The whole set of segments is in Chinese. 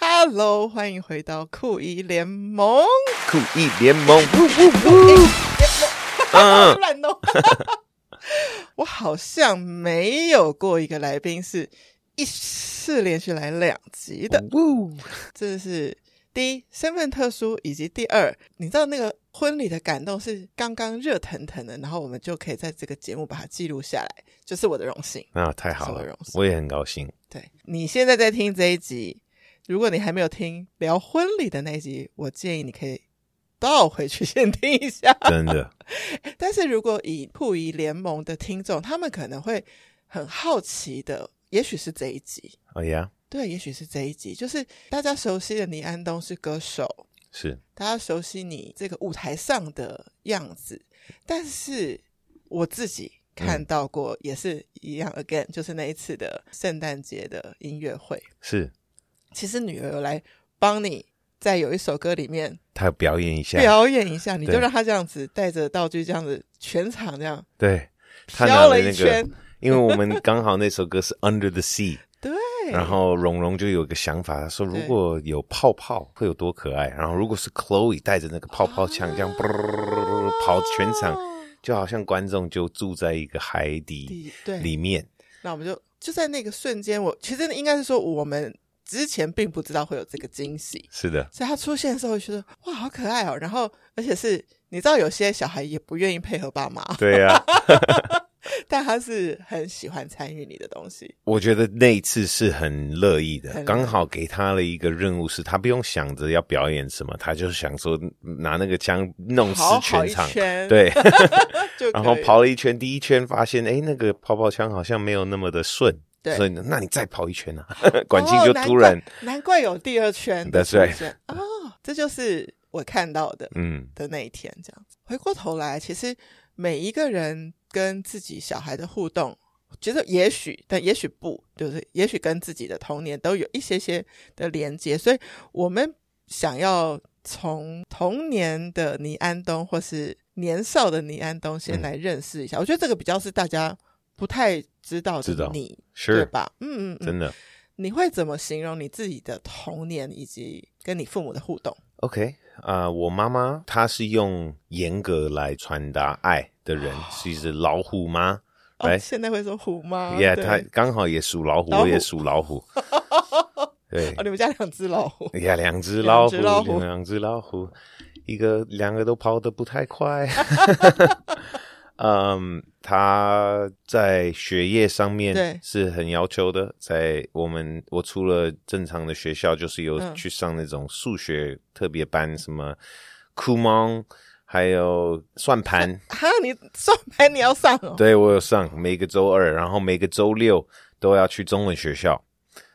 Hello，欢迎回到酷一联盟。酷艺联 盟，呜呜呜！嗯，乱弄。哦 我好像没有过一个来宾是一次连续来两集嗯的，呜，这是第一身份特殊，以及第二，你知道那个婚礼的感动是刚刚热腾腾的，然后我们就可以在这个节目把它记录下来，就是我的荣幸。那啊太好什么了荣，幸我也很高兴。对你现在在听这一集，如果你还没有听聊婚礼的那一集，我建议你可以倒回去先听一下。真的，但是如果以酷姨联盟的听众，他们可能会很好奇的，也许是这一集，哎呀，对，也许是这一集，就是大家熟悉的倪安东是歌手，是大家熟悉你这个舞台上的样子，但是我自己看到过，也是一样，again，就是那一次的圣诞节的音乐会，是，其实女儿有来帮你。在有一首歌里面他表演一下，表演一下，你就啊对让她这样子带着道具这样子全场这样对他拿飘了了那一个圈，，因为我们刚好那首歌是 Under the Sea，对，然后蓉蓉就有个想法，她说如果有泡泡会有多可爱，然后如果是 Chloe 带着那个泡泡枪这啊样跑全场，哦就好像观众就住在一个海底底对里面，那我们就就在那个瞬间，我其实应该是说我们之前并不知道会有这个惊喜，是的，所以他出现的时候，我就觉得哇，好可爱哦。然后而且是你知道，有些小孩也不愿意配合 爸妈，对呀、但他是很喜欢参与你的东西，我觉得那一次是很乐意很乐的，意刚好给他了一个任务，是他不用想着要表演什么，他就是想说拿那个枪弄死跑好全一场，圈，， 对，就可然以后跑了一圈，第一圈发现哎，那个泡泡枪好像没有那么的顺，对所以那你再跑一圈 啊， 管庆就哦突然难，怪难怪有第二圈的 That's right 出现哦，这就是我看到的，嗯，的那一天，这样子。回过头来，其实每一个人跟自己小孩的互动，觉得也许，但也许不，就是也许跟自己的童年都有一些些的连接，所以我们想要从童年的倪安东，或是年少的倪安东，先嗯来认识一下。我觉得这个比较是大家不太知道知的道你，对是吧？嗯嗯嗯，真的你会怎么形容你自己的童年，以及跟你父母的互动？ OK 啊、我妈妈她是用严格来传达爱的人，是一只老虎妈。哦， Right 现在会说虎妈，耶、对他刚好也属老虎，老虎我也属老 虎。对哦，，你们家两只老虎， 呀，两只两老只虎，老虎两只老虎，一个两个都跑得不太 快。嗯，他在学业上对面是很要求的，在我们我除了正常的学校，就是有嗯去上那种数学特别班，什么酷蒙，还有算盘，哈，你算盘你要上哦，对我有上，每个周二，然后每个周六都要去中文学校。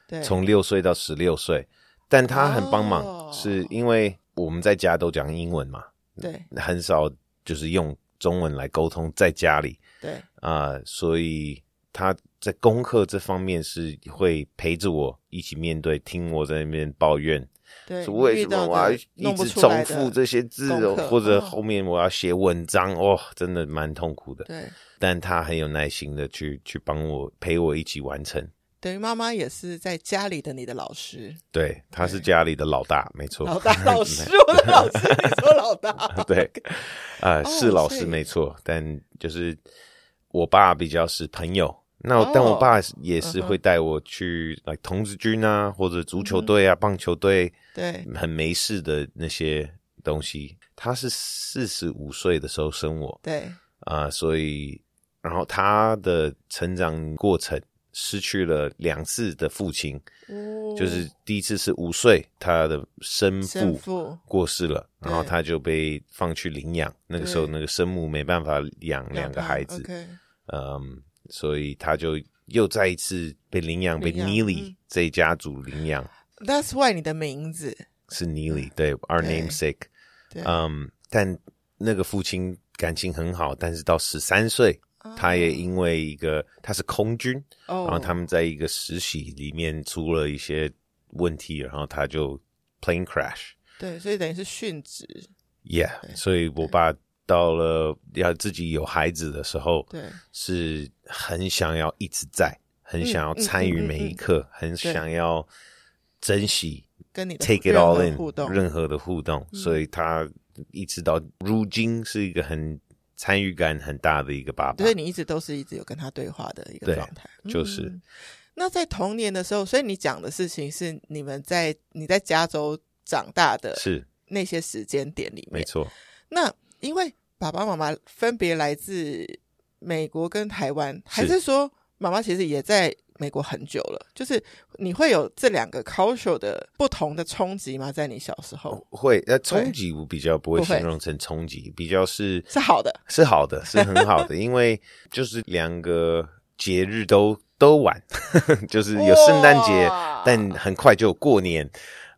对，从六岁到十六岁，但他很帮忙，哦是因为我们在家都讲英文嘛，嗯对很少就是用中文来沟通在家里对啊、所以他在功课这方面是会陪着我一起面对，听我在那边抱怨，对，说为遇什么到我要的一弄不直出重来的复这些字功哦课，或者嗯后面我要写文章哦，真的蛮痛苦的。对，但他很有耐心的去去帮我陪我一起完成。等于妈妈也是在家里的你的老师，对，他是对家里的老大，没错。老大老师，我的老师，你说老大， 对，呃，哦是老所师以没错，但就是我爸比较是朋友。那我、哦但我爸也嗯是哼会带我去来、童子军啊，或者足球队啊、嗯棒球队，对，很没事的那些东西。他是四十五岁的时候生我对啊、所以然后他的成长过程失去了两次的父亲，哦就是第一次是五岁，他的生生父父，过世了，对然后他就被放去领养。那个时候，对那个生母没办法养两个孩子， ，OK，嗯，所以他就又再一次被领养，被领养 Neely、嗯这一家族领养， That's why 你的名字，是 Neely，对，our 嗯对 namesake，对，嗯，但那个父亲感情很好，但是到十三岁，他也因为一个他是空军，啊哦，然后他们在一个实习里面出了一些问题，然后他就 plane crash。对，所以等于是殉职， Yeah，所以我爸到了要自己有孩子的时候，对嗯是很想要一直在，很想要嗯嗯参与嗯嗯每一刻，很想要珍惜跟你的 take it 任 all 何互动嗯 in，任何的互动，所以他一直到如今是一个很参与感很大的一个爸爸所以，你一直都是一直有跟他对话的一个对状态。就是嗯那在童年的时候，所以你讲的事情是你们在你在加州长大的是那些时间点里没面。错，那因为爸爸妈妈分别来自美国跟台湾，还是是说妈妈其实也在美国很久了？就是你会有这两个 culture 的不同的冲击吗？在你小时候会呃冲击我比较不会哦不会形容成冲击，比较是是好的，是 好的，是很好的，因为就是两个节日都都晚， 就是有圣诞节哇，但很快就有过年。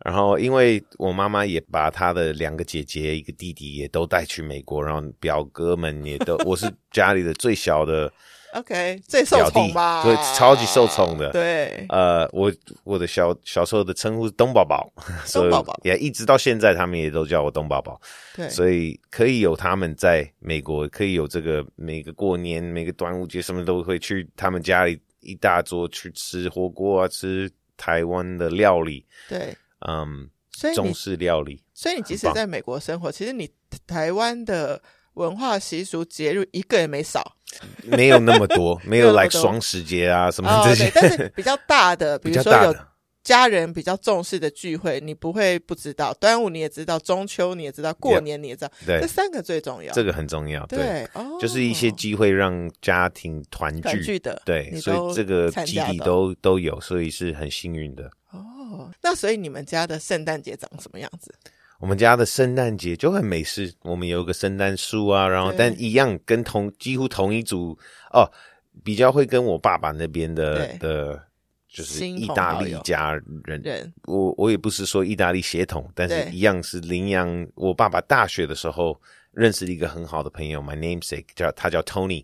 然后，因为我妈妈也把她的两个姐姐、一个弟弟也都带去美国，然后表哥们也 都，我是家里的最小的， OK 最受宠吧？表弟对超级受宠的对，呃，我我的小小时候的称呼是东宝宝， 所以东宝宝也一直到现在，他们也都叫我东宝宝。对，所以可以有他们在美国，可以有这个每个过年、每个端午节什么都会去他们家里一大桌去吃火锅啊，吃台湾的料理，对，嗯，所以你中式料理，所以你即使很棒在美国生活，其实你台湾的文化习俗节日一个也没少。没有那么多，没有 没有那么 like 多双十节啊什么哦，这对，但 是些，比较大 的，比比如较说大有的，家人比较重视的聚会，你不会不知道。端午你也知道，中秋你也知道，过 Yeah 年你也知道，对这，三个最重要。这个很重要，对，对，哦，就是一些机会让家庭团团聚。聚的，对，你所以都这个参基加地到都都有，所以是很幸运的。哦。那所以你们家的圣诞节长什么样子？我们家的圣诞节就很美式，我们有一个圣诞树啊，然后对但一样跟同几乎同一组哦，比较会跟我爸爸那边的对的，就是亲意朋大好利友家人，人我我也不是说意大利血统，但是对一样是领养我爸爸大学的时候认识了一个很好的朋友，my namesake 叫他叫 Tony，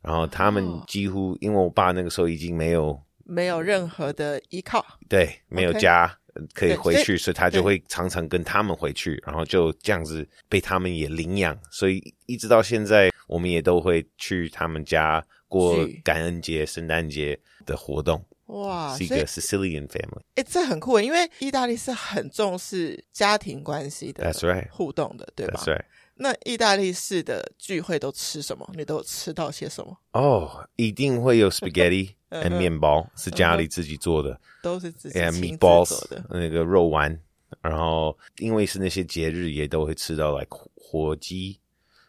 然后他们哦几乎、因为我爸那个时候已经没有没有任何的依靠，对，没有 OK 家呃可以对回所以去，所以他对就会常常跟他们回去，然后就这样子被他们也领养，所以一直到现在，我们也都会去他们家过是感恩节、圣诞节的活动，哇，是一所以个呃 Sicilian family。哎，这很酷耶，因为意大利是很重视家庭关系的 That's right，互动的，对吧 That's right。那意大利式的聚会都吃什么？你都有吃到些什么？哦，一定会有 spaghetti 嗯 and 哼面包，是家里自己做的。都是自己 Yeah, 亲自 meatballs 做的。那个肉丸，然后因为是那些节日，也都会吃到 like 火火鸡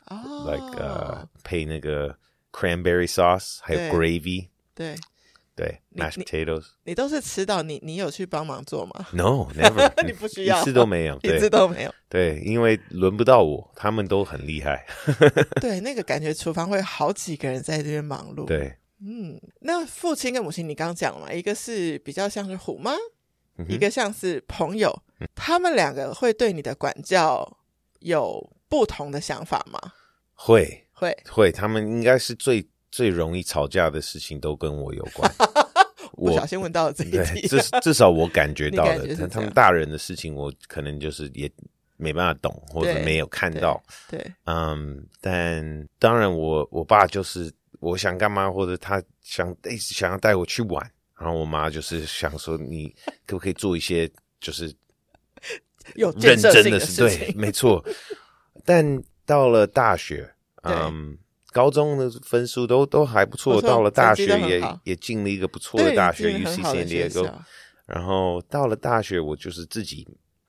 哦 like 呃、配那个 cranberry sauce，还有对 gravy，对对你，mashed 你 potatoes。你都是吃到你，你有去帮忙做吗？ No, never，你不需要一次都没有。一次对都没有。对，因为轮不到我，他们都很厉害。对，那个感觉厨房会有好几个人在这边忙碌。，对，嗯，那父亲跟母亲，你刚讲了嘛，一个是比较像是虎妈，嗯哼嗯一个像是朋友，他们两个会对你的管教有不同的想法吗？会会，会，他们应该是最最容易吵架的事情都跟我有关。不我小心问到了这一对，题。至至少我感觉到你感觉是的，他他这们样大人的事情，我可能就是也没办法懂，或者对没有看到。 对，嗯，但当然我，我爸就是我想干嘛，或者他想一直想要带我去玩，然后我妈就是想说，你可不可以做一些就是有 认建设真性事？事对，情。没错。但到了大学，对嗯，高中的分数都都还不错，不错到了大学成绩都很也好也进了一个不错对，的大你进学了很，UC 好 San 的学 Diego。校。然后到了大学，我就是自己，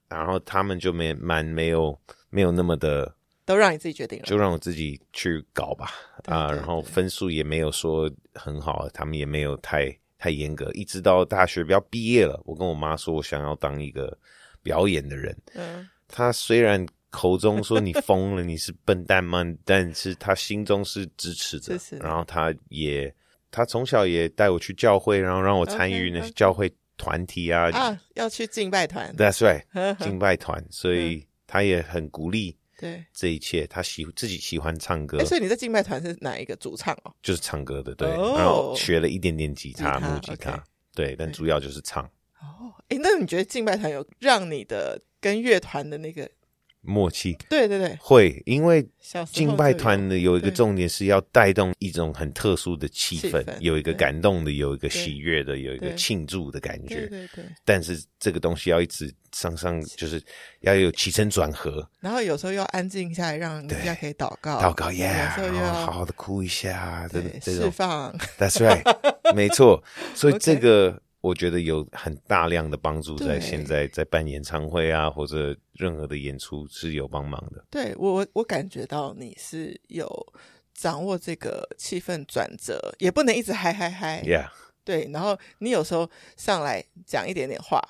然后他们就没蛮没有没有那么的都让你自己决定了。就让我自己去搞吧对啊、对然后对分数也没有说很好，他们也没有太太严格，一直到大学不要毕业了，我跟我妈说我想要当一个表演的人，嗯，她虽然。口中说你疯了，你是笨蛋吗？但是她心中是支持支着持，的然后她也，她从小也带我去教会，然后让我参与 OK，那些教会团体啊啊，要去敬拜团。 That's right，敬拜团，所嗯以她也很鼓励对，这一切。她喜自己喜欢唱歌，哎，所以你在敬拜团是哪一个主唱哦？就是唱歌的，对，哦然后学了一点点吉他、吉他木吉他 OK 对，但主要就是唱。哦，哎，那你觉得敬拜团有让你的跟乐团的那个默契。对对对，会，因为小时候敬拜就有团的有一个对重点是要带动一种很特殊的气气氛，氛有一个对感动的，有一个对喜悦的，有一个对庆祝的感觉。对对对，但是这个东西要一直上上，就是要有起承转合，然后有时候要安静下来，让人家可以祷告，祷告耶，有时候然又后要好好的哭一下，这对这释种放， That's right，没 错。所以 OK 这个我觉得有很大量的帮助，在对现在在办演唱会啊，或者任何的演出是有帮忙的。对我我我感觉到你是有掌握这个气氛转折，也不能一直嗨嗨嗨 Yeah，对，然后你有时候上来讲一点点话，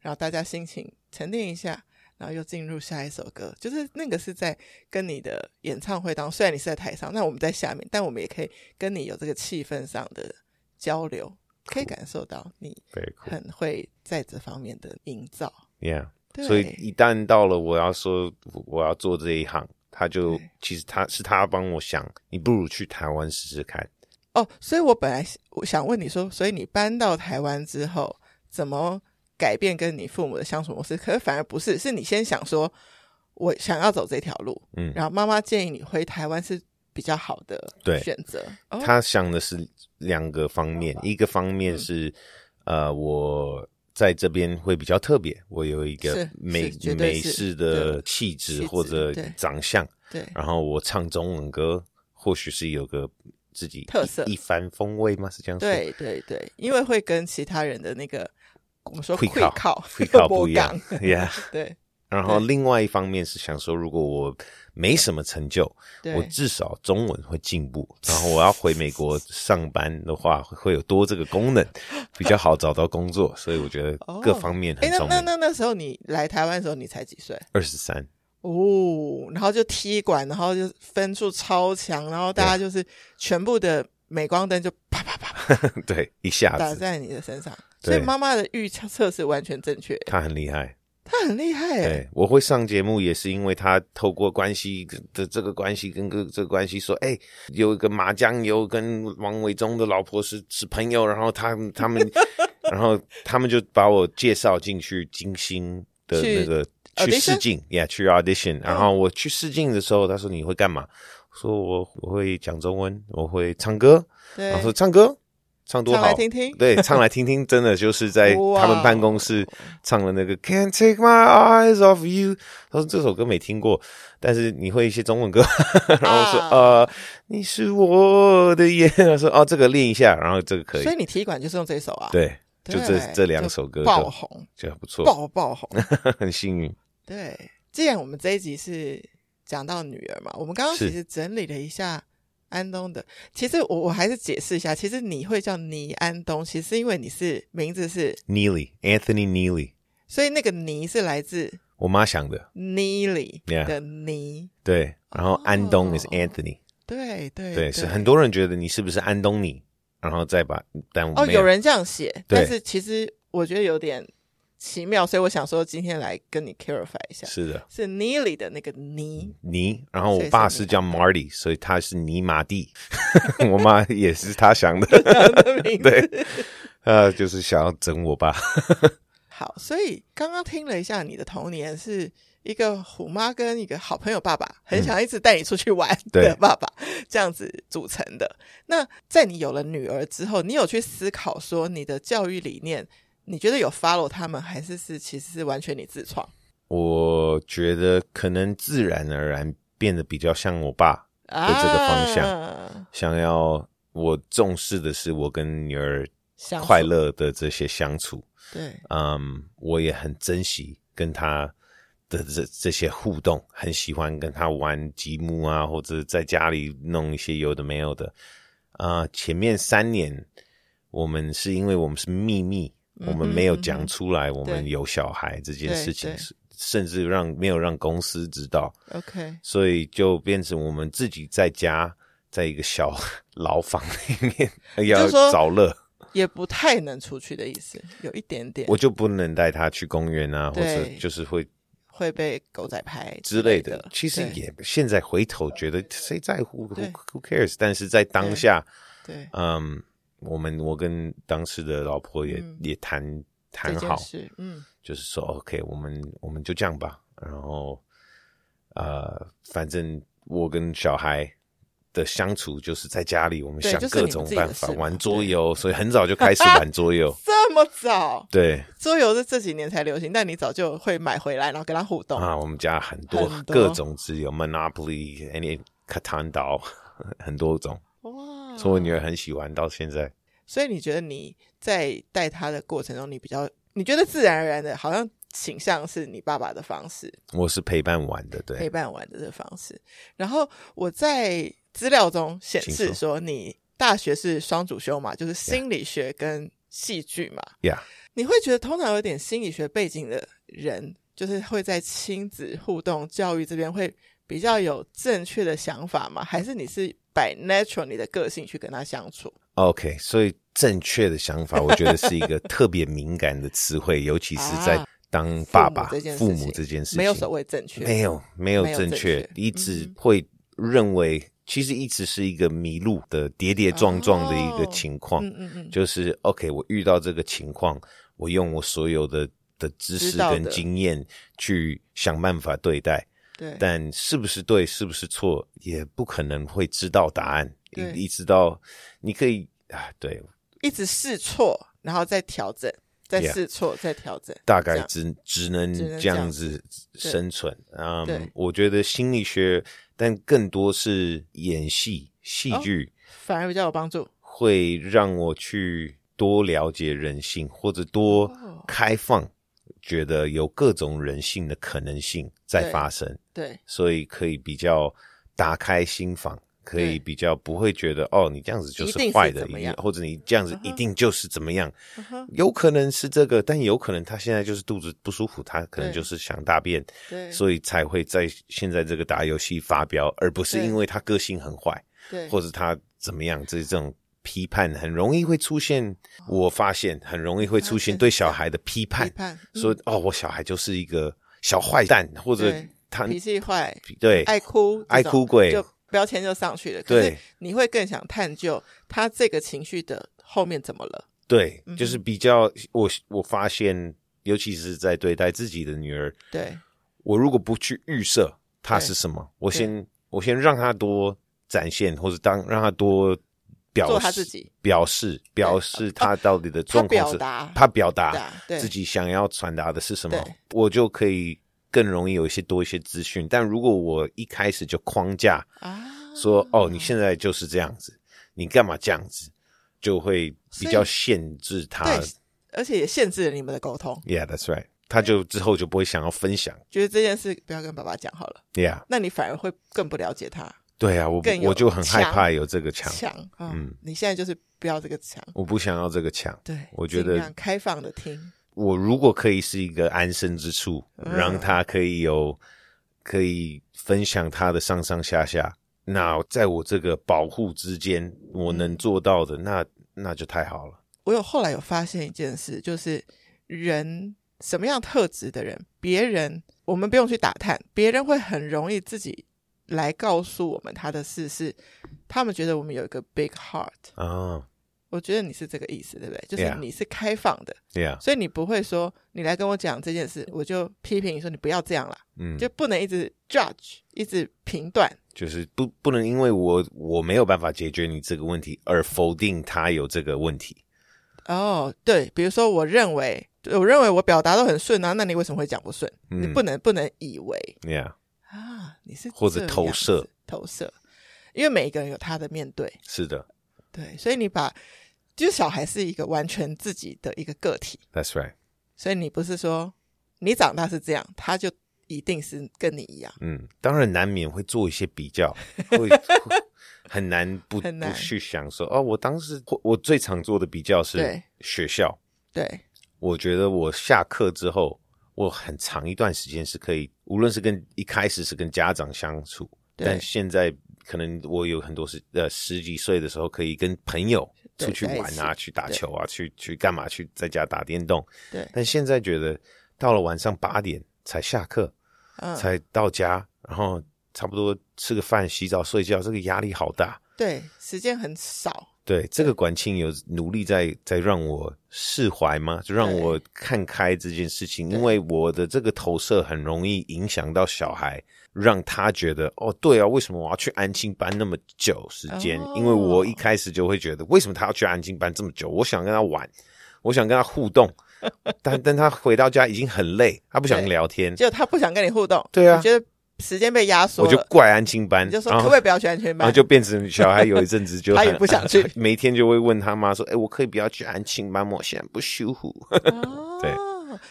然后大家心情沉淀一下，然后又进入下一首歌，就是那个是在跟你的演唱会当中，虽然你是在台上，那我们在下面，但我们也可以跟你有这个气氛上的交流，可以感受到你，very cool。很会在这方面的营造。 Yeah，对，所以一旦到了我要说我我要做这一行，他就对其实他是他帮我想，你不如去台湾试试看。哦，所以我本来我想问你说，所以你搬到台湾之后，怎么改变跟你父母的相处模式？可是反而不是，是你先想说，我想要走这条路，嗯然后妈妈建议你回台湾是比较好的对选择。哦嗯他想的是两个方面，一个方面是，呃，我在这边会比较特别，我有一个是美是绝对美是式的对气质气或质者对长相，对然后我唱中文歌，或许是有个自己特一色一番风味吗？是这样说？对对对，因为会跟其他人的那个我们说会靠靠会靠 靠不一样，Yeah。对然后对另外一方面是想说，如果我没什么成就，对我至少中文会进步。然后我要回美国上班的话，会会有多这个功能，比较好找到工作。所以我觉得各方面哎，很那重那要。那那时候你来台湾的时候，你才几岁？二十三，哦，然后就踢馆，然后就分数超强，然后大家就是全部的镁光灯就啪啪啪对，一下打子在你的身上，所对以妈妈的预测是完全正确，他很厉害。她很厉害哎，对，我会上节目也是因为他透过关系的这个关系跟个这个关系说，哎，有一个麻将友跟王伟忠的老婆是是朋友，然后他们他 们，然后他们就把我介绍进去金星的去那个 audition？嗯去试镜，yeah，去 audition。然后我去试镜的时候，他说你会干嘛？我说我我会讲中文，我会唱歌。对然后，说唱歌唱多上好，来听听，对，唱来听听，真的就是 在哇他们办公室唱了那个 Can't Take My Eyes Off You。他说这首歌没听过，但是你会一些中文歌， 然后说、啊呃，你是我的眼。他说哦，这个练一下，然后这个可以所，以你踢馆就是用这首啊，对，对，就这这两首歌就爆就红，就很不错，爆爆红， 很幸运。对，既然我们这一集是讲到女儿嘛，我们刚刚是其实整理了一下安东的。其实我我还是解释一下，其实你会叫倪安东，其实是因为你是名字是， Neely Anthony Neely，所以那个倪是来自我妈想的， Neely Yeah 的倪。对，然后安东哦 is Anthony，、对对对，是很多人觉得你是不是安东尼，然后再把但我哦，没有人这样写，对但是其实我觉得有点奇妙，所以我想说今天来跟你 clarify 一下，是的。是 Neely 的那个倪。尼，然后所我以爸是是尼叫 Marty，所以他是尼马蒂， 我妈也是他想的， 嗯对，呃，就是想要整我爸，好，所以刚刚听了一下你的童年是一个虎妈跟一个好朋友爸爸，很想一直带你出去玩嗯 对的爸爸、这样子组成的。那在你有了女儿之后，你有去思考说你的教育理念，你觉得有 follow 他们，还是是其实是完全你自创？我觉得可能自然而然变得比较像我爸，啊这个方想要我重视的是我跟女儿相处快乐的这些相处，对，嗯，我也很珍惜跟他的这这些互动，很喜欢跟他玩积木啊，或者在家里弄一些有的没有的。啊、前面三年我们是因为我们是秘密，嗯哼我们没有讲出来，我们对有小孩这件对事情对是，甚至让没有让公司知道， OK，所以就变成我们自己在家，在一个小 牢房里面要就说找乐。也不太能出去的意思，有一点点我就不能带他去公园啊，或者对就是会会被狗仔拍之类类的。其实对也现在回头觉得谁在乎对，who who cares？但是在当下，对嗯，我们我跟当时的老婆也、嗯也谈这谈件好，事，嗯，就是说 OK，我们我们就这样吧。然后呃，反正我跟小孩的相处就是在家里，我们对想就是各你们种自己的办法事嘛。玩桌游，所以很早就开始玩桌游 这么早，对桌游是这几年才流行，但你早就会买回来，然后跟他互动。啊，我们家很多很多各种只有 Monopoly、Any 卡坦岛，很多种，哇！所以我女儿很喜欢，到现在。所以你觉得你在带他的过程中，你比较你觉得自然而然的，好像倾向是你爸爸的方式，我是陪伴玩的，对陪，伴玩的这个方式。然后我在资料中显请示说说，你大学是双主修嘛，就是心理学跟戏剧嘛。呀、你会觉得通常有点心理学背景的人，就是会在亲子互动教育这边会比较有正确的想法吗？还是你是 by natural 你的个性去跟他相处？ OK，所以正确的想法，我觉得是一个特别敏感的 词汇，尤其是在啊当爸爸、父母这件事情父母这件事情，没有所谓正确，没有没有没有正正确确，嗯一直会认为，其实一直是一个迷路的跌跌撞撞的一个哦情况，嗯嗯嗯，就是 OK，我遇到这个情况，我用我所有的的知识知道跟的经验去想办法对待，对，但是不是对，是不是错，也不可能会知道答案，对一一直到你可以啊，对，一直试错，然后再调整，再 Yeah 试错，再调整，大概这样只只能只能这这样样子对生存。嗯对，我觉得心理学，但更多是演戏、戏剧，反而比较有帮助。会让我去多了解人性，或者多哦开放，觉得有各种人性的可能性在对发生，对，所以可以比较打开心房。可以对比较不会觉得哦，你这样子就一定是坏的，怎么一定样或者你这样子一嗯哼定就是怎么样，嗯哼有可能是这个，但有可能他现在就是肚子不舒服，他可能对就是想大便，对，所以才会在现在这个打游戏发飙，而不是对因为他个性很坏，对，或者他怎么样，这这种批判很容易会出现。我发现很容易会出现对小孩的批判哦批，判，嗯说哦，我小孩就是一个小坏蛋，或者对他脾气坏，对爱哭这种，爱哭鬼就标签就上去了。可对是你会更想探究他这个情绪的后面怎么了？对，嗯哼就是比较我我发现，尤其是在对待自己的女儿，对我如果不去预设它是什么，我先我先让它多展现，或者当让它多表示做它自己，啊表示表示它到底的状况它表是，达它表达对啊对自己想要传达的是什么对，我就可以更容易有一些多一些资讯。但如果我一开始就框架啊，说，哦，你现在就是这样子，你干嘛这样子，就会比较所以限制它。对，而且也限制了你们的沟通， Yeah, that's right。他就之后就不会想要分享。觉得这件事不要跟爸爸讲好了， Yeah。那你反而会更不了解他。对啊，我不更有我就很害墙怕有这个墙，强，嗯嗯，你现在就是不要这个强，我不想要这个墙。对，我觉尽量得开放的听，我如果可以是一个安身之处，嗯让他可以有可以分享他的上上下下，那在我这个保护之间，我嗯能做到的，那那就太好了。我有后来有发现一件事，就是人什么样特质的人，别人我们不用去打探，别人会很容易自己来告诉我们他的事是，他们觉得我们有一个 big heart。啊我觉得你是这个意思，对不对？就是 Yeah 你是开放的，Yeah，所以你不会说你来跟我讲这件事，我就批评你说你不要这样啦，嗯，就不能一直 judge，一直评断。就是不不能因为我我没有办法解决你这个问题而否定他有这个问题。哦，对，比如说，我认为，我认为我表达都很顺啊，那你为什么会讲不顺？嗯你不能不能以为 Yeah，啊，你是或者这投样射子投射，因为每一个人有他的面对，是的对，所以你把，就是小孩是一个完全自己的一个个体， ，That's right。所以你不是说你长大是这样，他就一定是跟你一样，嗯，当然难免会做一些 比较，会会很难不很难不去想说哦，我当时我我最常做的比较是对学校，对，我觉得我下课之后，我很长一段时间是可以，无论是跟一开始是跟家长相处，对但现在可能我有很多是呃十几岁的时候可以跟朋友对出去在一玩啊，起去打对球啊，去去干嘛，去在家打电动，对，但现在觉得到了晚上八点才下课，嗯，才到家，然后差不多吃个饭、洗澡、睡觉，这个压力好大。对，时间很少，对，这个管庆有努力在在让我释怀吗？就让我看开这件事情，对因为我的这个投射很容易影响到小孩，让他觉得哦，对啊，为什么我要去安亲班那么久时间？哦因为我一开始就会觉得，为什么他要去安亲班这么久？我想跟他玩，我想跟他 互动，但但他回到家已经很累，他不想对聊天，就他不想跟你互动，对啊你觉得时间被压缩我了，就怪安亲班，你就说然可后不可以不要去安全然后班？就变成小孩有一阵子就他也很不想去 每天就会问他妈说：“哎、我可以不要去安庆班吗？我 现在不舒服。哦对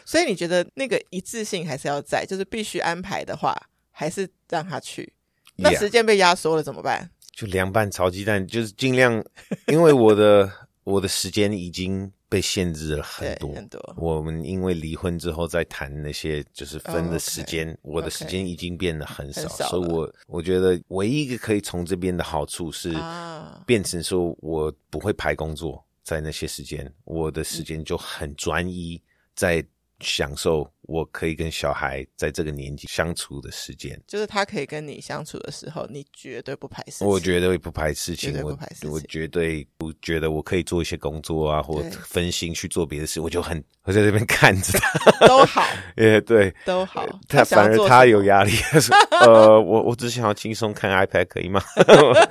所以你觉得那个一致性还是要在，就是必须安排的话，还是让他去。那 Yeah，时间被压缩了怎么办？就凉拌炒鸡蛋，就是尽量，因为我的 我的时间已经被限制了很对，多。很多。我们因为离婚之后再谈那些就是分哦，OK，的时间我的 OK 时间已经变得很少，很少了所以我我觉得唯一一个可以从这边的好处是啊变成说我不会排工作，在那些时间，我的时间就很专一，在享受我可以跟小孩在这个年纪相处的时间。就是他可以跟你相处的时候，你绝对不排斥。我绝对不排斥情绝，对我不排斥情我绝对不觉得我可以做一些工作啊，或对分心去做别的事，我就很我在这边 看着他，都好，也对。都好。 他想要反而做他什么有 压力，他说：“呃，我我只想要轻松看 iPad，可以吗？”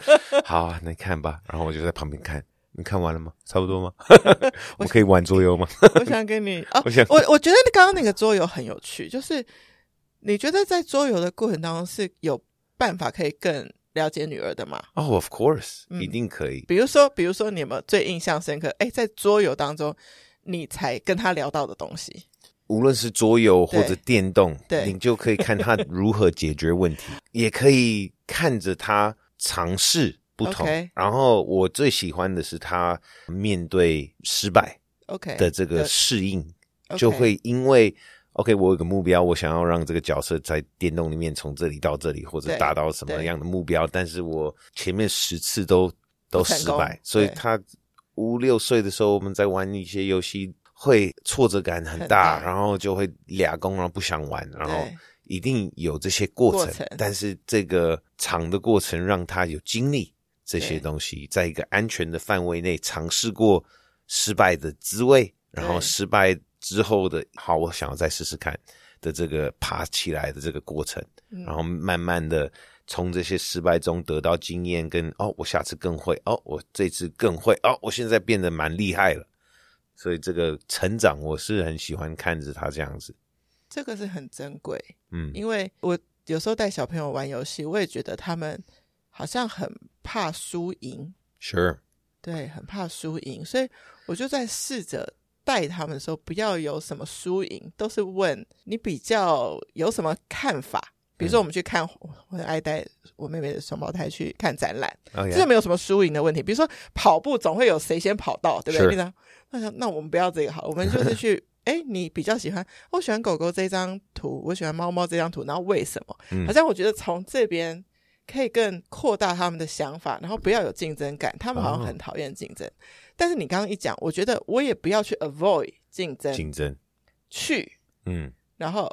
好啊，那你看吧。然后我就在旁边看，你看完了吗？差不多吗？ 我们可以玩桌游吗？我想跟 你哦，我想我我觉得刚刚那个桌游很有趣，就是你觉得在桌游的过程当中是有办法可以更了解女儿的吗？哦、o f course，、嗯一定可以。比如说，比如说你有没有最印象深刻？哎，在桌游当中，你才跟他聊到的东西，无论是桌游对或者电动，对你就可以看他如何解决 问题，也可以看着他尝试不同。 OK 然后我最喜欢的是他面对失败 OK 的这个的适应， OK 就会因为 OK，我有个目标，我想要让这个角色在电动里面从这里到这里，或者对达到什么对样的目标，但是我前面十次都都不成失功败，所以对他五六岁的时候，我们在玩一些游戏。会挫折感很很大，大然后就会俩工，然后不想玩，然后对一定有这些过程。过程但是这个长的过程让他有经历这对些东西，在一个安全的范围内尝试过失败的滋味，然后对失败之后的好，我想要再试试看的这个爬起来的这个过程，嗯然后慢慢的从这些失败中得到经验，跟哦，我下次更会，哦，我这次更会，哦，我现在变得蛮厉害了。所以这个成长，我是很喜欢看着他这样子，这个是很珍贵，嗯，因为我有时候带小朋友玩游戏，我也觉得他们好像很怕输赢， Sure，对，很怕输赢，所以我就在试着带他们说，不要有什么输赢，都是问你比较有什么看法。比如说，我们去看，我我很爱带我妹妹的双胞胎去看展览，哦这没有什么输赢的问题。比如说跑步，总会有谁先跑到，对不对？是那张，那想那我们不要这个好了，我们就是 去，哎，你比较喜欢，我喜欢狗狗这张图，我喜欢猫猫这张图，然后为什么？嗯好像我觉得从这边可以更扩大他们的想法，然后不要有竞争感，他们好像哦很讨厌竞争。但是你刚刚一讲，我觉得我也不要去 avoid 竞争，竞争，去，嗯然后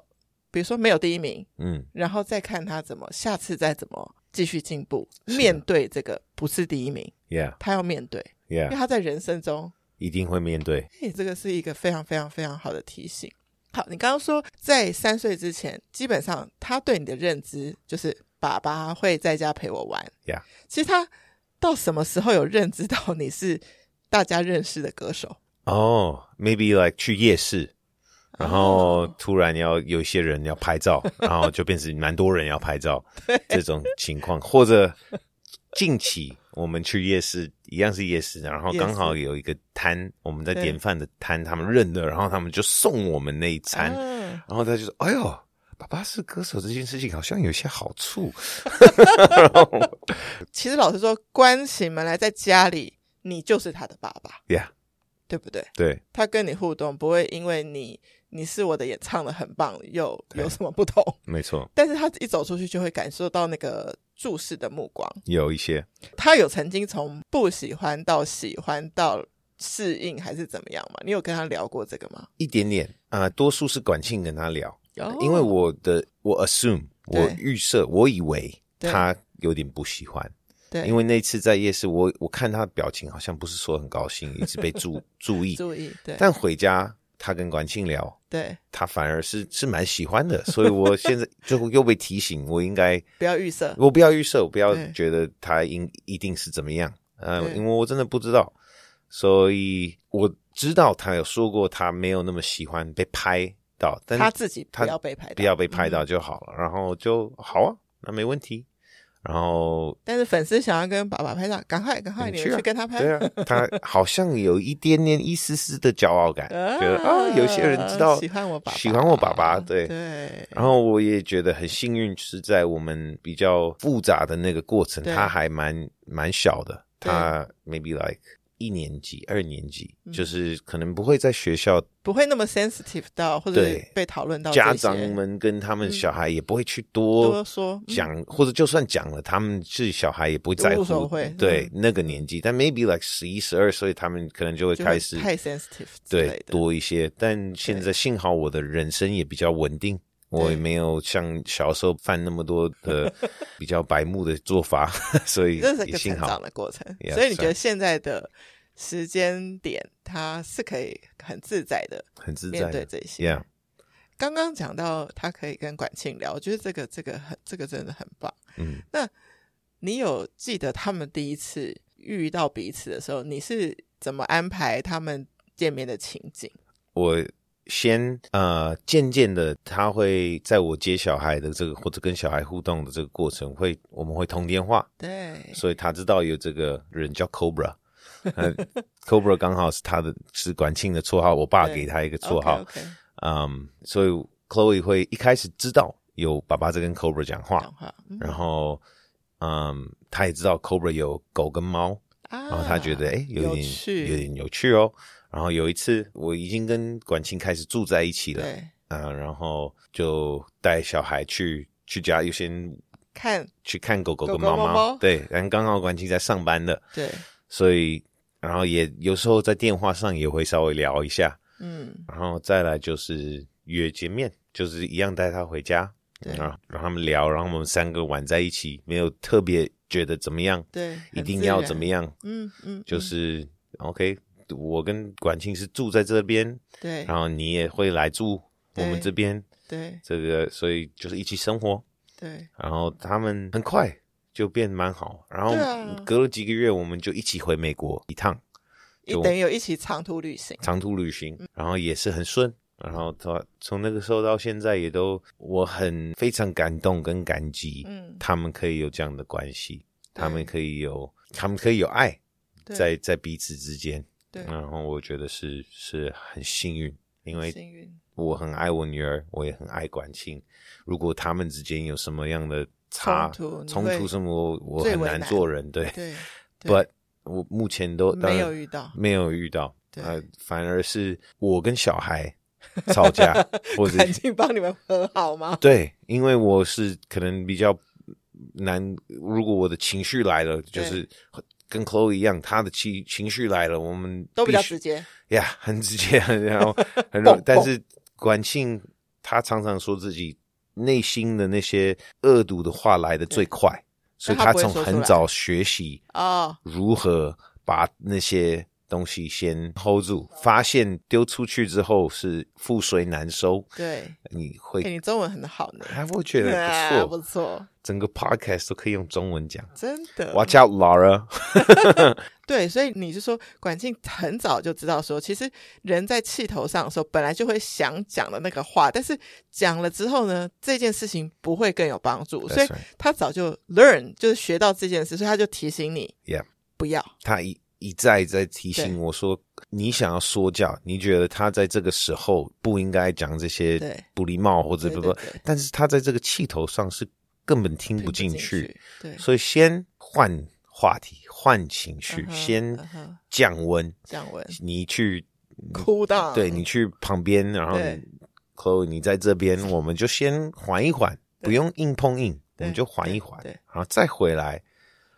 比如说没有第一名，嗯，然后再看他怎么下次再怎么继续进步，啊面对这个不是第一名， Yeah，他要面对。因为 Yeah，他在人生中，一定会面对。嘿，这个是一个非常非常非常好的提醒。好，你刚刚说在三岁之前，基本上他对你的认知就是爸爸会在家陪我玩。 Yeah 其实他到什么时候有认知到你是大家认识的歌手？哦、m a y b e like 去夜市，然后哦突然要有一些人要 拍照，然后就变成蛮多人要拍照这种情况，或者近期我们去夜市，一样是夜市，然后夜市刚好有一个摊，我们在对点饭的摊，他们认得，然后他们就送我们那一餐，啊然后他就说：“哎呦。”爸爸是歌手这件事情好像有些好处，其实老实说，关起门来在家里，你就是他的爸爸，呀、对不对？ yeah,，对，他跟你互动不会因为你你是我的演唱的很棒，又对有什么不同？没错，但是他一走出去就会感受到那个注视的目光。有一些，他有曾经从不喜欢到喜欢到适应，还是怎么样嘛？你有跟他聊过这个吗？一点点啊、呃多数是管庆跟他聊，因为我的我 assume 哦对我预设我以为对他有点不喜欢，对，因为那次在夜市，我我看他的表情好像不是说很高兴，一直被 注注意。注意，对但回家他跟管庆聊，对，他反而是是蛮喜欢的，所以我现在就又被提醒，我应该不要预设， 我不要预设，我不要对觉得他应一定是怎么样，呃，对因为我真的不知道，所以我知道他有说过他没有那么喜欢被拍到，但他嗯自己他不要被拍到，不要被拍到就好了，然后就好啊，那没问题，然后但是粉丝想要跟爸爸拍照，赶快赶快，你去们啊去跟他拍。 对啊，他好像有一点点一丝丝的骄傲感，啊觉得啊，有些人知 道喜欢我爸爸，喜欢我爸爸，对。对然后我也觉得很幸运，是在我们比较复杂的那个过程，对他还蛮蛮小的，对他 maybe like 一年级、二年级，嗯就是可能不会在学校，不会那么 sensitive 到或者对被讨论到这些家长们跟他们小孩也不会去多多说嗯讲，或者就算讲了，他们是小孩也不会在无所乎谓，嗯对那个年纪，但 maybe like 十一、十二岁，他们可能就会就开会始太 sensitive 之类对的，多一些。但现在幸好我的人生也比较稳定，我也没有像小时候犯那么多 的比较白目的做法， 所以这是一个也成幸长好。的过程。 Yeah，所以你觉是得现在的时间点，它是可以很自在的很自在面对的。这些。 Yeah，刚刚讲到他可以跟管庆聊，我觉得这个这个很这个真的很棒。嗯，你有记得他们第一次遇到彼此的时候，你是怎么安排他们见面的情景？我先呃，渐渐的，他会在我接小孩的这个或者跟小孩互动的这个过程，会我们会通电话，对，所以他知道有这个人叫 Cobra，呃 ，Cobra 刚好是他的是管庆的绰号，我爸对给他一个绰号 o，k 嗯，所以 Chloe 会一开始知道有爸爸在跟 Cobra 讲话，讲话，嗯然后嗯，他也知道 Cobra 有狗跟猫，啊，然后他觉得哎、诶有点趣，有点有趣哦。然后有一次，我已经跟管清开始住在一起了，对，嗯、然后就带小孩去去家，优先看去看狗狗狗跟狗猫猫猫对，然后刚好管清在上班的，对，所以然后也有时候在电话上也会稍微聊一下，嗯，然后再来就是约见面，就是一样带他回家，对然后让他们聊，然后我们三个玩在一起，没有特别觉得怎么样，对，一定要怎么样，样，嗯嗯，就嗯是、OK。我跟管庆是住在这边，对然后你也会来住我对们这边，对这个所以就是一起生活。对然后他们很快就变蛮好，然对啊后隔了几个月，我们就一起回美国一趟一等于有一起长途旅行，长途旅行，嗯然后也是很顺。然后他从那个时候到现在，也都我很非常感动跟感激，嗯，他们可以有这样的关系，对他们可以有，他们可以有爱对在在彼此之间。对，然后我觉得是是很幸运，因为幸运，我很爱我女儿，我也很爱管庆。如果他们之间有什么样的差冲突你冲会突什么，我我最很为难难做人。对对对 but 我目前都当没然有遇到，没有遇到，对呃，反而是我跟小孩 吵架， 啊 或者赶紧帮你们和好吗？对，因为我是可能比较难，如果我的情绪来了，就是跟 Chloe 一样，她的情情绪来了，我们都比较必须直接，呀很直接， 然后很蹦容，但是管庆他常常说自己内心的那些恶毒的话来的最快，所以但他他不会从说出很来早学习哦，如何把那些东西先 hold 住，发现丢出去之后是覆水难收，对，你会哎，你中文很好呢，还会觉啊得不不错，错，整个 podcast 都可以用中文讲。真的， Watch out, Laura！对，所以你是说管庆很早就知道说，其实人在气头上的时候，本来就会想讲的那个话，但是讲了之后呢，这件事情不会更有帮助，所以 That's right. 他早就 learn 就是学到这件事，所以他就提醒你 Yeah. 不要，他一一再在提对醒我说，你想要说教，你觉得他在这个时候不应该讲这对些不礼貌或者对不对不对，但是他在这个气头上是根本听不进去，，对，所以先换话题，换情绪嗯，哼先嗯哼降温。降温你去，哭到对你去旁边，然后对 Chloe 你在这边，我们就先缓一缓，不用硬碰硬，我们就缓一缓，对对然后再回来。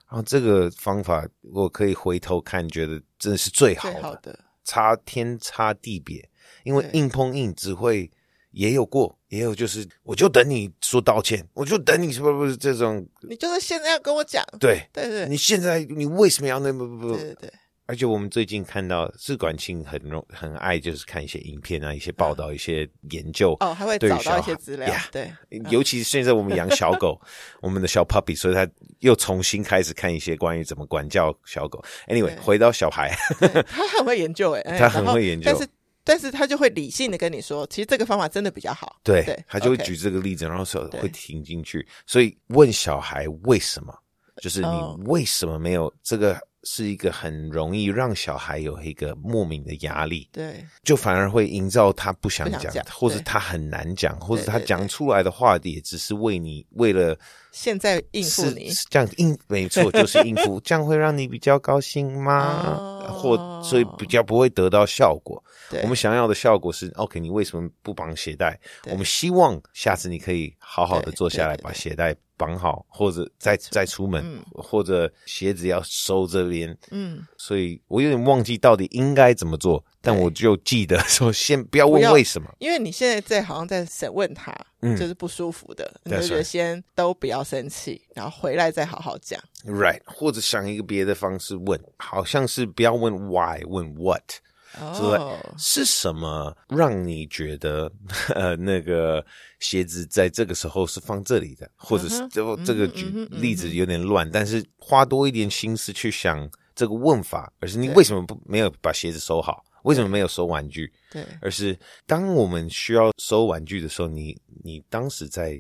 然后这个方法，我可以回头看，觉得真的是最好最的，好的，差天差地别。因为对硬碰硬只会也有过，也有就是我就等你说道歉，我就等你说不是这种，你就是现在要跟我讲，对对对你现在你为什么要那么不？对对对，而且我们最近看到试管性很容很爱就是看一些影片啊，一些报道，一些研究哦，还会对于找小到一些孩资料呀，对， 尤其是现在我们养小狗，我们的小 puppy，所以他又重新开始看一些关于怎么管教小狗。Anyway，对回到小孩， 他很会研究哎，哎他很然后会研究但是但是他就会理性的跟你说，其实这个方法真的比较好，对对他就会 OK 举这个例子，然后手对会停进去。所以问小孩为什么，就是哦你为什么没有这个，是一个很容易让小孩有一个莫名的压力，对就反而会营造他不想不想讲讲，或是对他很难讲，或是对他对讲对出来的话也只是为你为了。现在应付是你，是这样应，没错，就是应 付，这样会让你比较高兴吗？哦或所以比较不会得到效果。对，我们想要的效果是，OK，你为什么不绑鞋带？对我们希望下次你可以好好的对坐下来，对对把鞋带绑好，或者再再出门，嗯或者鞋子要收这边。嗯，所以我有点忘记到底应该怎么做，但对我就记得说，先不要不问要为什么。因为你现在在好像在审问他，嗯就是不舒服的，你就 That's 觉得 right 先都不要生气，然后回来再好好讲。 Right，或者想一个别的方式问，好像是不要问 why，问 what。之类哦，是什么让你觉得呃那个鞋子在这个时候是放这里的，或者是嗯哼就嗯哼这个举嗯哼例子有点乱，但是花多一点心思去想这个问法，而是你对为什么不没有把鞋子收好？为什么没有收玩具？对，而是当我们需要收玩具的时候，你你当时在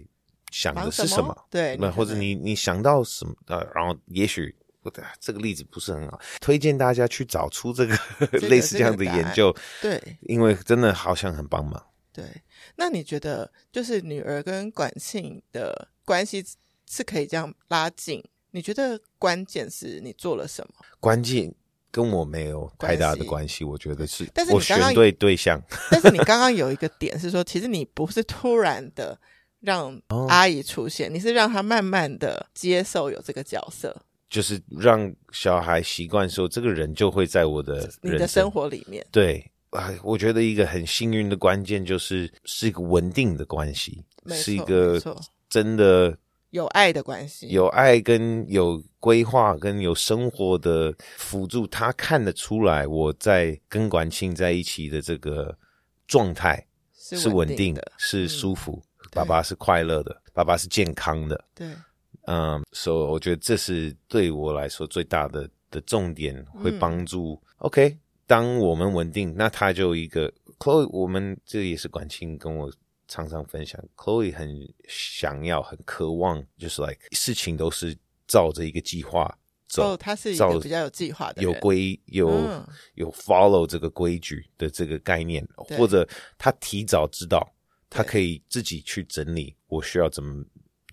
想的忙是什什么么？对你那可或者能你你想到什么？呃，然后也许我的这个例子不是很好，推荐大家去找出这个个类 似这这样个的答研案究，对因为真的好像很帮忙。对。那你觉得，就是女儿跟管庆的关系是可以这样拉近？你觉得关键是你做了什 么？关键跟我没有太大的关关系，我觉得是，但是我你刚刚选对对象。但是你刚刚有一个点是说，其实你不是突然的让哦阿姨出现，你是让她慢慢的接受有这个角色，就是让小孩习惯说，这个人就会在我的你人的生生活里面，对，哎，我觉得一个很幸运的关键就是是一个稳定的关系，没错是一没个错真的有爱的关系，有爱跟有规划跟有生活的辅助，他看得出来我在跟管庆在一起的这个状态是是稳定定的，，是嗯舒服，对爸爸是快乐的，爸爸是健康的，对，嗯，所以我觉得这是对我来说最大的的重点，会嗯帮助。OK，当我们稳定，那他就一个 Chloe，我们这也是管清跟我常常分享，Chloe 很想要、很渴望，就是 like 事情都是照着一个计划哦，走，他是一照个比较有计划的人，有规有、嗯有 follow 这个规矩的这个概念，对或者他提早知道，他对可以自己去整理我需要怎么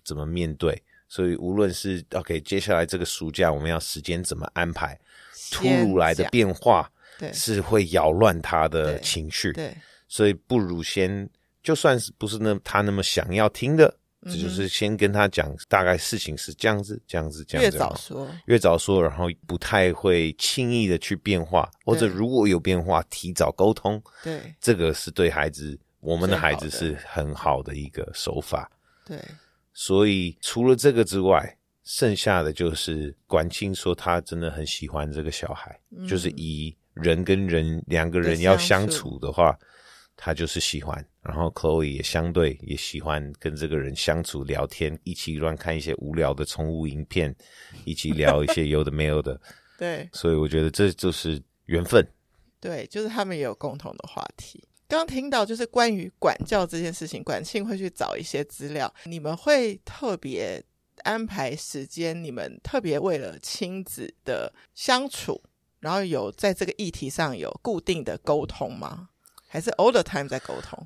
怎么面对。所以无论是 OK，接下来这个暑假我们要时间怎么安排，突先如来的讲变化对是会扰乱他的对情绪，对所以不如先就算是不是那他那么想要听的，嗯这哼就是先跟他讲大概事情是这样子，这样子，这样越子，然早后说，越早说，然后不太会轻易的去变化，或者对如果有变化，提早沟通，对这个是对孩子，我们最的好孩的子是很好的一个手法。对所以除了这个之外，剩下的就是管清说他真的很喜欢这个小孩，就是以人跟人两个人的要相相处处的话，他就是喜欢。然后 Chloe 也相对也喜欢跟这个人相处、聊天，一起乱看一些无聊的宠物影片，一起聊一些有的没有的。对所以我觉得这就是缘分。对，就是他们也有共同的话题。刚刚听到就是关于管教这件事情，管庆会去找一些资料，你们会特别安排时间，你们特别为了亲子的相处，然后有在这个议题上有固定的沟通吗？还是 all the time 在沟通，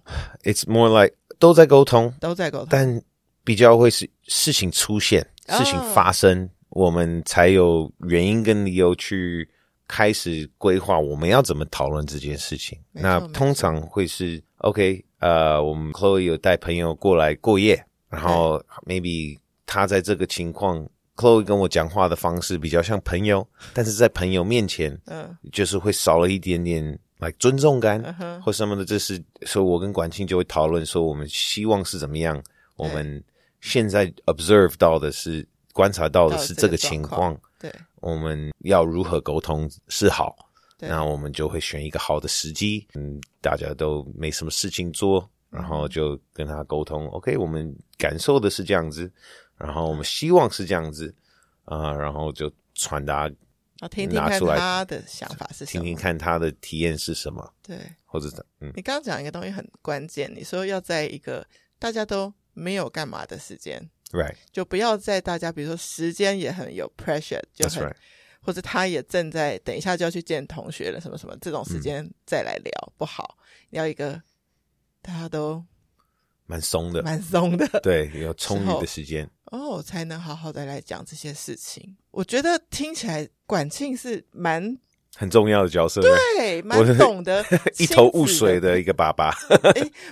It's more like 都在沟通，都在沟通？但比较会是事情出现、哦事情发生，我们才有原因跟理由去开始规划我们要怎么讨论这件事情。没错那没错通常会是 OK，呃，我们 Chloe 有带朋友过来过夜，然后 maybe 他在这个情况，Chloe 跟我讲话的方式比较像朋友，但是在朋友面前嗯，就是会少了一点点 like 尊重感嗯哼或什么的，这是所以我跟管庆就会讨论说，我们希望是怎么样，我们现在 observe 到的是观察到的是这个情况，对我们要如何沟通是好，对那我们就会选一个好的时机，嗯，大家都没什么事情做，然后就跟他沟通，OK，我们感受的是这样子，然后我们希望是这样子，啊、然后就传达，我听听拿看出来他的想法是什听么。听看他的体验是什么，对或者嗯，你刚刚讲一个东西很关键，你说要在一个大家都没有干嘛的时间， right，that's 就不要在大家比如说时间也很有 pressure，就很 right。或者他也正在等一下就要去见同学了，什么什么这嗯种时间再来聊、不好。你要一个大家都蛮松的，蛮松的，对，有充时候裕的时间。哦，才能好好的来讲这些事情。我觉得听起来管庆是蛮很重要的角色，对，对，蛮我是懂得 一头亲雾子水的一个 爸爸，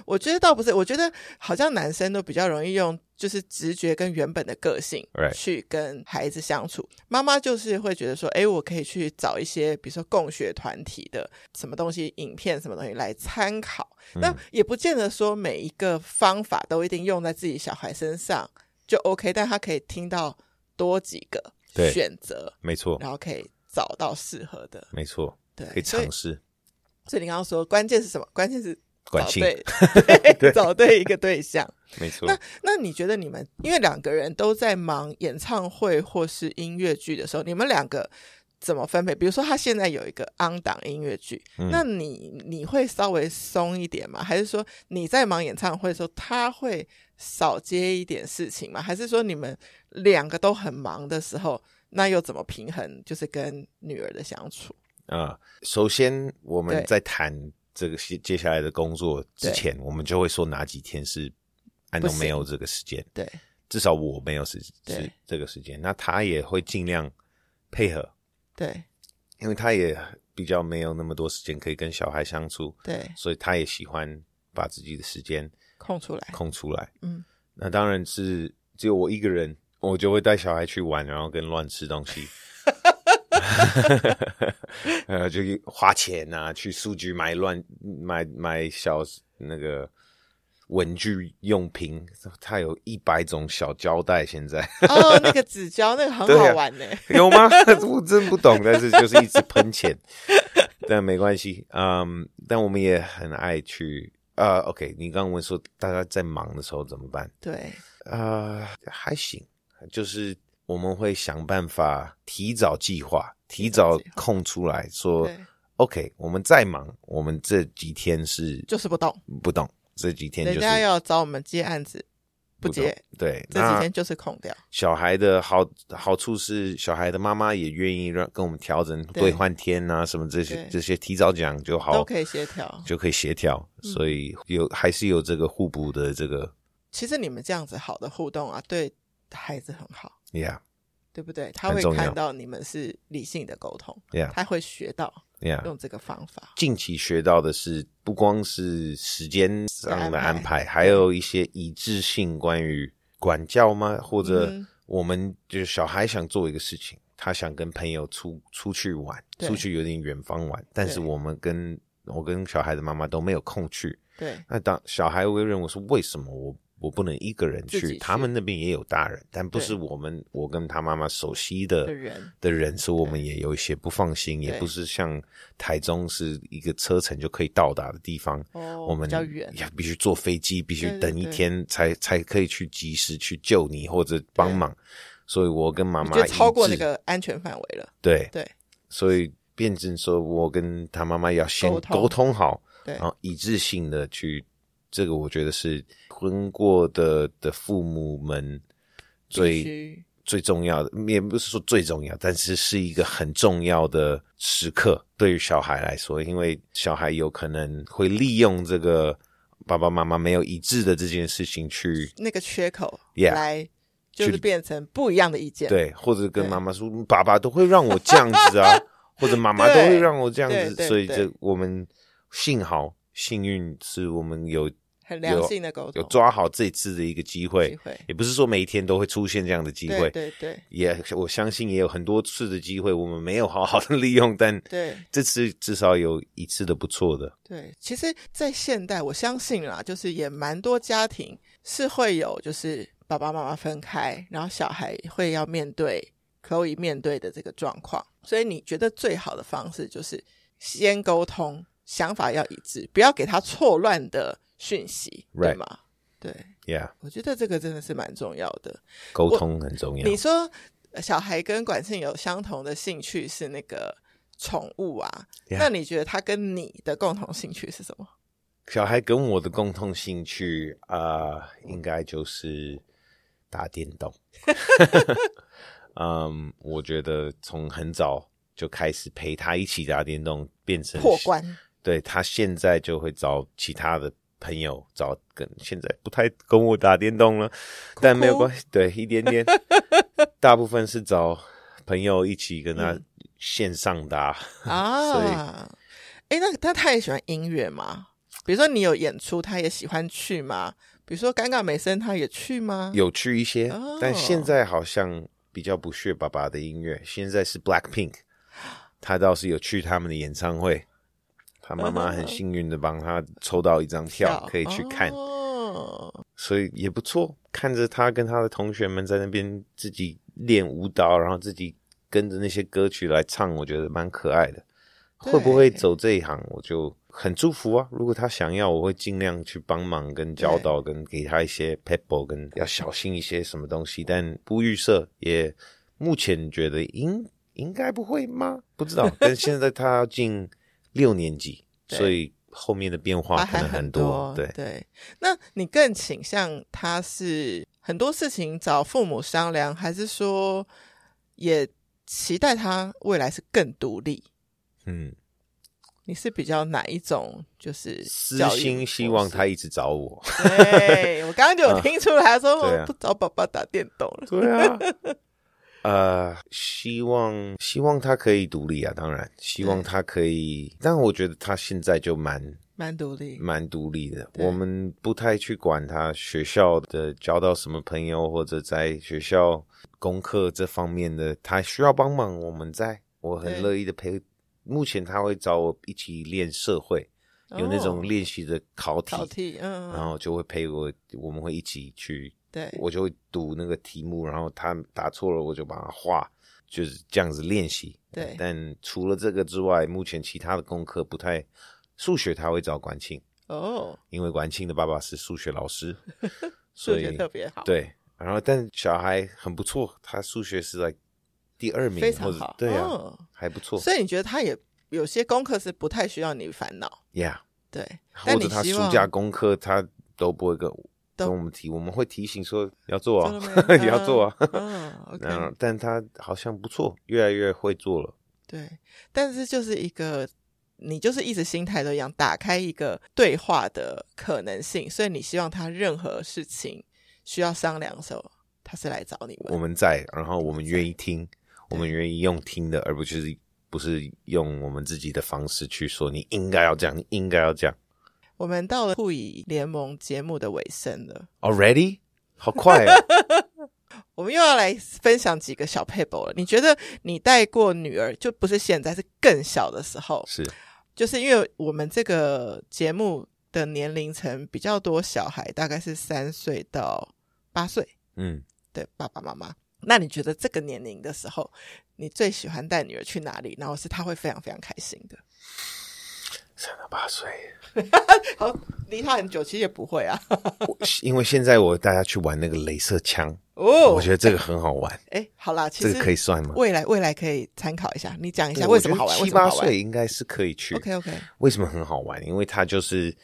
我觉得倒不是，我觉得好像男生都比较容易用就是直觉跟原本的个性 Right 去跟孩子相处。妈妈就是会觉得说，哎，我可以去找一些比如说共学团体的什么东西、影片什么东西来参考。嗯那也不见得说每一个方法都一定用在自己小孩身上就 OK，但他可以听到多几个对选择，没错，然后可以找到适合的。没错，对，可以所以尝试所以你刚刚说关键是什么？关键是管找庆，对， 对 找对一个对象。没错，那那你觉得你们因为两个人都在忙演唱会或是音乐剧的时候，你们两个怎么分配？比如说他现在有一个 on 档音乐剧，嗯那你你会稍微松一点吗？还是说你在忙演唱会的时候，他会少接一点事情吗？还是说你们两个都很忙的时候，那又怎么平衡？就是跟女儿的相处？啊，首先我对们在谈这个接接下来的工作之对前，我们就会说哪几天是安不东没行有这个时间，对至少我没有时对是这个时间，那他也会尽量配合，对因为他也比较没有那么多时间可以跟小孩相处，对，所以他也喜欢把自己的时间空出 来，空出来。嗯，那当然是只有我一个人，我就会带小孩去玩，然后跟乱吃东西。呃，就花钱啊，去书局买乱买买小那个文具用品，它有一百种小胶带，现在哦，那个纸胶那个很对啊好玩呢、 有吗？我真不懂，但是就是一直喷钱，但没关系，嗯，但我们也很爱去，呃，OK，你刚刚问说大家在忙的时候怎么办？对，呃，还行，就是我们会想办法提早计划，提早早计划空出来说对，OK，我们再忙，我们这几天是就是不动。不懂，这几天人就是家要找我们接案子，不不懂接，对，这几天就是空掉。小孩的好好处是，小孩的妈妈也愿意让跟我们调整对兑换天啊，什么这些对这些提早讲就好，都可以协调嗯就可以协调，所以有还是有这个互补的这个其实你们这样子好的互动啊，对孩子很好， ，yeah 对不对？他很会重要看到你们是理性的沟通， yeah 啊他会学到 yeah，用这个方法。近期学到的是，不光是时间上的安安排，还有一些一致性关于管教吗？或者嗯我们就是小孩想做一个事情，他想跟朋友出出去玩，对出去有点远方玩，但是对我们跟我跟小孩的妈妈都没有空去。对那当小孩会认为说，为什么我我不能一个人自己去？去他们那边也有大人，但不对是我们我跟他妈妈熟悉的的人，的人，所以我们也有一些不放心，也对不是像台中是一个车程就可以到达的地方，哦，我们比较远，也必须坐飞机，必须对对等一对天才才可以去及时去救你或者帮忙。所以我跟妈你妈就超过一那致个安全范围了。对，对所以变成说我跟他妈妈要先沟通沟通好，对然后一致性的去，这个我觉得是婚过的的父母们必最须最重要的，也不是说最重要，但是是一个很重要的时刻，对于小孩来说，因为小孩有可能会利用这个爸爸妈妈没有一致的这件事情去。那个缺口 Yeah 来，就是变成不一样的意见。对，或者跟对妈妈说，爸爸都会让我这样子 啊，或者妈妈都会让我这样对对子，对所以这对我们幸好幸运是我们有很良性的沟通有抓好这次的一个机会机，会，也不是说每一天都会出现这样的机对会，对对也我相信也有很多次的机会我们没有好好的利用，但对这次至少有一次的不错的，对。其实，在现代，我相信啦，就是也蛮多家庭是会有，就是爸爸妈妈分开，然后小孩会要面对 Chloe 面对的这个状况。所以，你觉得最好的方式就是先沟通，想法要一致，不要给他错乱的讯息对 Right 吗？对， ，Yeah，我觉得这个真的是蛮重要的。沟通很重要你。说呃小孩跟管庆有相同的兴趣是那个宠物啊 Yeah 那你觉得他跟你的共同兴趣是什么？小孩跟我的共同兴趣啊、呃应该就是打电 动。嗯，我觉得从很早就开始陪他一起打电动，变成破 关对他现在就会找其他的朋友，找跟现在不太跟我打电动了，但没有关系，对，一点点，大部分是找朋友一起跟他线上打。啊？哎，那那他也喜欢音乐吗？比如说你有演出，他也喜欢去吗？比如说尴尬美声，他也去吗？有趣一些，哦但现在好像比较不屑爸爸的音乐。现在是 Blackpink，他倒是有去他们的演唱会，他妈妈很幸运的帮他抽到一张票，可以去看，哦，所以也不错。看着他跟他的同学们在那边自己练舞蹈，然后自己跟着那些歌曲来唱，我觉得蛮可爱的。对会不会走这一行，我就很祝福啊！如果他想要，我会尽量去帮忙、跟教导、跟给他一些 pebble，跟要小心一些什么东西。但不预设，也目前觉得应应该不会吗？不 知道。但现在他要进六年级，对所以后面的变化包哦可含能很多。对，对，那你更倾向他是很多事情找父母商量，还是说也期待他未来是更独立？嗯，你是比较哪一种？就是私教育模心式希望他一直找 我。对我刚刚就有听出来说，嗯对啊我不找爸爸打电动了。对啊， 呃，希望希望他可以独立啊，当然希望他可以，但我觉得他现在就蛮蛮独立，蛮独立的，对我们不太去管他学校的交到什么朋友，或者在学校功课这方面的，他需要帮忙，我们在，我很对乐意的陪。目前他会找我一起练社会，有那种哦练习的考题，考题，嗯，然后就会陪我，我们会一起去对，我就会读那个题目，然后他答错了，我就把它画，就是这样子练习。对但除了这个之外，目前其他的功课不太，数学他会找管庆，哦，因为管庆的爸爸是数学 老师，数所学以特别好，，对。然后，但小孩很不错，他数学是在第二名，非常或者好，对啊，哦还不错。所以你觉得他也有些功课是不太需要你烦恼， Yeah，对，或但者你他希暑望假功课他都不会跟都跟我们提，我们会提醒说要做啊真的， 吗也要做啊。 嗯，OK，然后，但他好像不错，越来越会做了。对，但是就是一个，你就是一直心态都一样，打开一个对话的可能性，所以你希望他任何事情需要商量的时候，他是来找你我们。们在，然后我们愿意听，我们愿意用听的，而不是不是用我们自己的方式去说你应该要这样，你应该要这样。我们到了酷以联盟节目的尾声了， Already，好快哦！ 我们又要来分享几个小 paper 了。你觉得你带过女儿，就不是现在，是更小的时候，是就是因为我们这个节目的年龄层比较多，小孩大概是三岁到八岁。嗯，的爸爸妈妈。那你觉得这个年龄的时候，你最喜欢带女儿去哪里？然后是她会非常非常开心的。三到八岁，好，离她很久，其实也不会啊。我因为现在我带他去玩那个镭射枪，哦，我觉得这个很好玩，哎、好啦，其这实个可以算吗？未来未来可以参考一下，你讲一对下为什么好玩，我觉得为七什么八好玩岁应该是可以去。 OK OK，为什么很好玩？因为它就是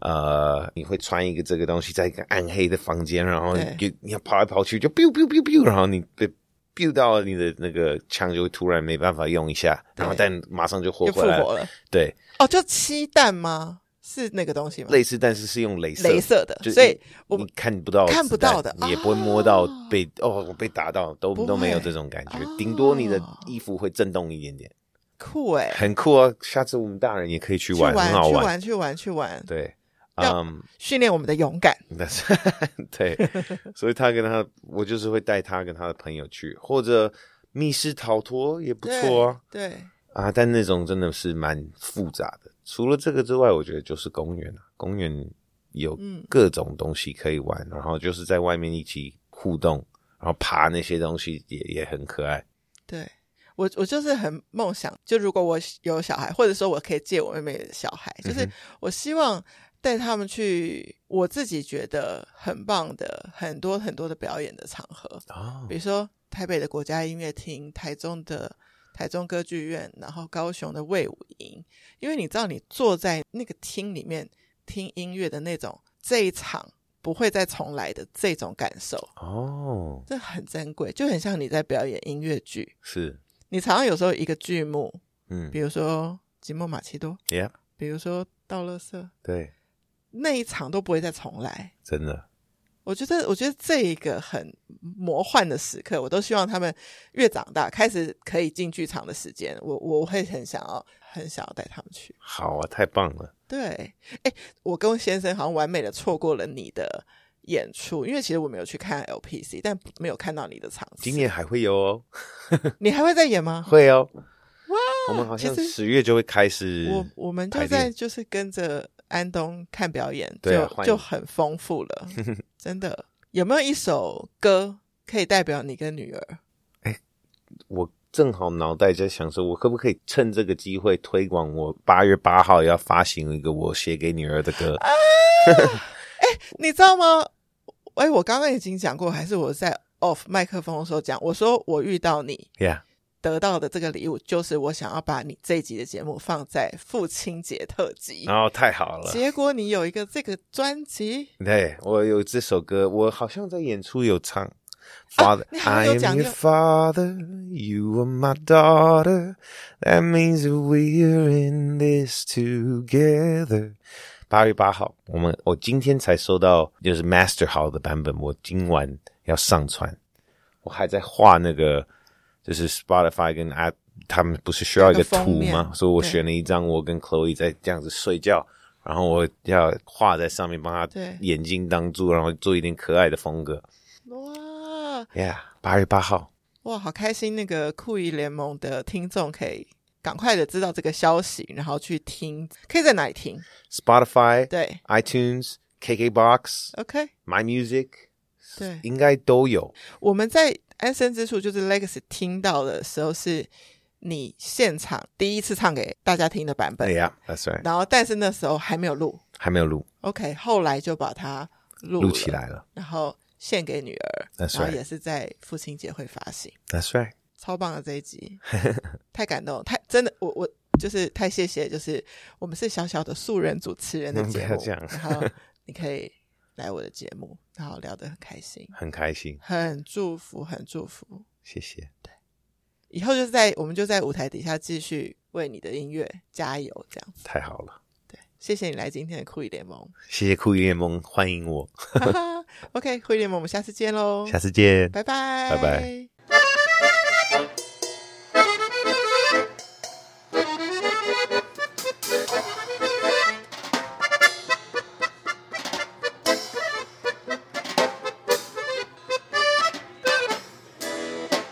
呃，你会穿一个这个东西，在一个暗黑的房间，然后你就你要跑来跑去，就 biu biu biu biu，然后你被 biu 到你的那个枪就会突然没办法用一下，然后对但马上就活又复回来活了。对，哦，就鸡蛋吗？是那个东西吗？类似，但是是用镭射，镭射的就，所以我你你看不到子弹，看不到的你也不会摸到啊被哦，我被打到都不会都没有这种感觉哦，顶多你的衣服会震动一点点，酷哎、很酷哦。下次我们大人也可以去去玩，很好去玩去玩去玩，对，要嗯，训练我们的勇敢。但是 对，所以他跟他，我就是会带他跟他的朋友去，或者密室逃脱也不错啊。对，啊，但那种真的是蛮复杂的。除了这个之外，我觉得就是公园啊，公园有嗯各种东西可以玩，然后就是在外面一起互动，然后爬那些东西也也很可爱。对我我就是很梦想，就如果我有小孩，或者说我可以借我妹妹的小嗯孩，就是我希望带他们去我自己觉得很棒的很多很多的表演的场合，哦比，如说台北的国家音乐厅、台中的台中歌剧院，然后高雄的卫武营，因为你知道，你坐在那个厅里面听音乐的那种这一场不会再重来的这种感受，哦，这很珍贵，就很像你在表演音乐剧。是，你常常有时候一个剧目，嗯比如说《寂寞马奇多》， ，Yeah，比如说《道乐色》，对，那一场都不会再重来。真的，我觉得，我觉得这一个很魔幻的时刻，我都希望他们越长大，开始可以进剧场的时间，我我会很想要，很想要带他们去。好啊，太棒了。对，哎，我跟先生好像完美的错过了你的演出，因为其实我没有去看 LPC，但没有看到你的场次。今年还会有哦，你还会再演吗？会哦，哇，我们好像其实十月就会开始。我我们就排在练就是跟着安东看表演，对啊就欢就迎很丰富了，真的。有没有一首歌可以代表你跟女儿？我正好脑袋在想说，我可不可以趁这个机会推广我八月八号要发行一个我写给女儿的歌？你知道吗？哎，我刚刚已经讲过，还是我在 off 麦克风的时候讲，我说我遇到你呀、得到的这个礼物，就是我想要把你这一集的节目放在父亲节特辑 yeah,，。然后太好了。结果你有一个这个专辑，对，我有这首歌，我好像在演出有唱。Father, 啊你好像 I 有 am 讲 your 过 father, you are my daughter. That means that we're in this together. 八月八号，我们我今天才收到就是 Master 好的版本，我今晚要上传。我还在画那个，就是 Spotify 跟 a 他们不是需要一个那个封图面吗？所以我对选了一张我跟 Chloe 在这样子睡觉，然后我要画在上面，帮他对眼睛当住，然后做一点可爱的风格。哇 Yeah，八月八号，哇，好开心！那个酷艺联盟的听众可以赶快的知道这个消息，然后去听，可以在哪里听？ Spotify、对 iTunes、KKBox、 ，OK， My Music，对应该都有。我们在安身之处就是 Legacy 听到的时候是你现场第一次唱给大家听的版本， Yeah，that's right，然后但是那时候还没有录还没有录， ，OK，后来就把它录录了起，来了。然后献给女儿 That's 然后 right 也是在父亲节会发行。 That's right，超棒的这一 集，太感动了，太真的，我我就是太谢谢，就是我们是小小的素人主持人的嗯节不目要，这样然后你可以来我的节目，然后聊得很开心，很开心，很祝福，很祝福。谢谢。以后就是在我们就在舞台底下继续为你的音乐加油，这样子。太好了，对，谢谢你来今天的酷艺联盟。谢谢酷鱼联盟欢迎我，哈哈 OK，酷艺联盟，我们下次见喽，下次见。拜拜，拜拜。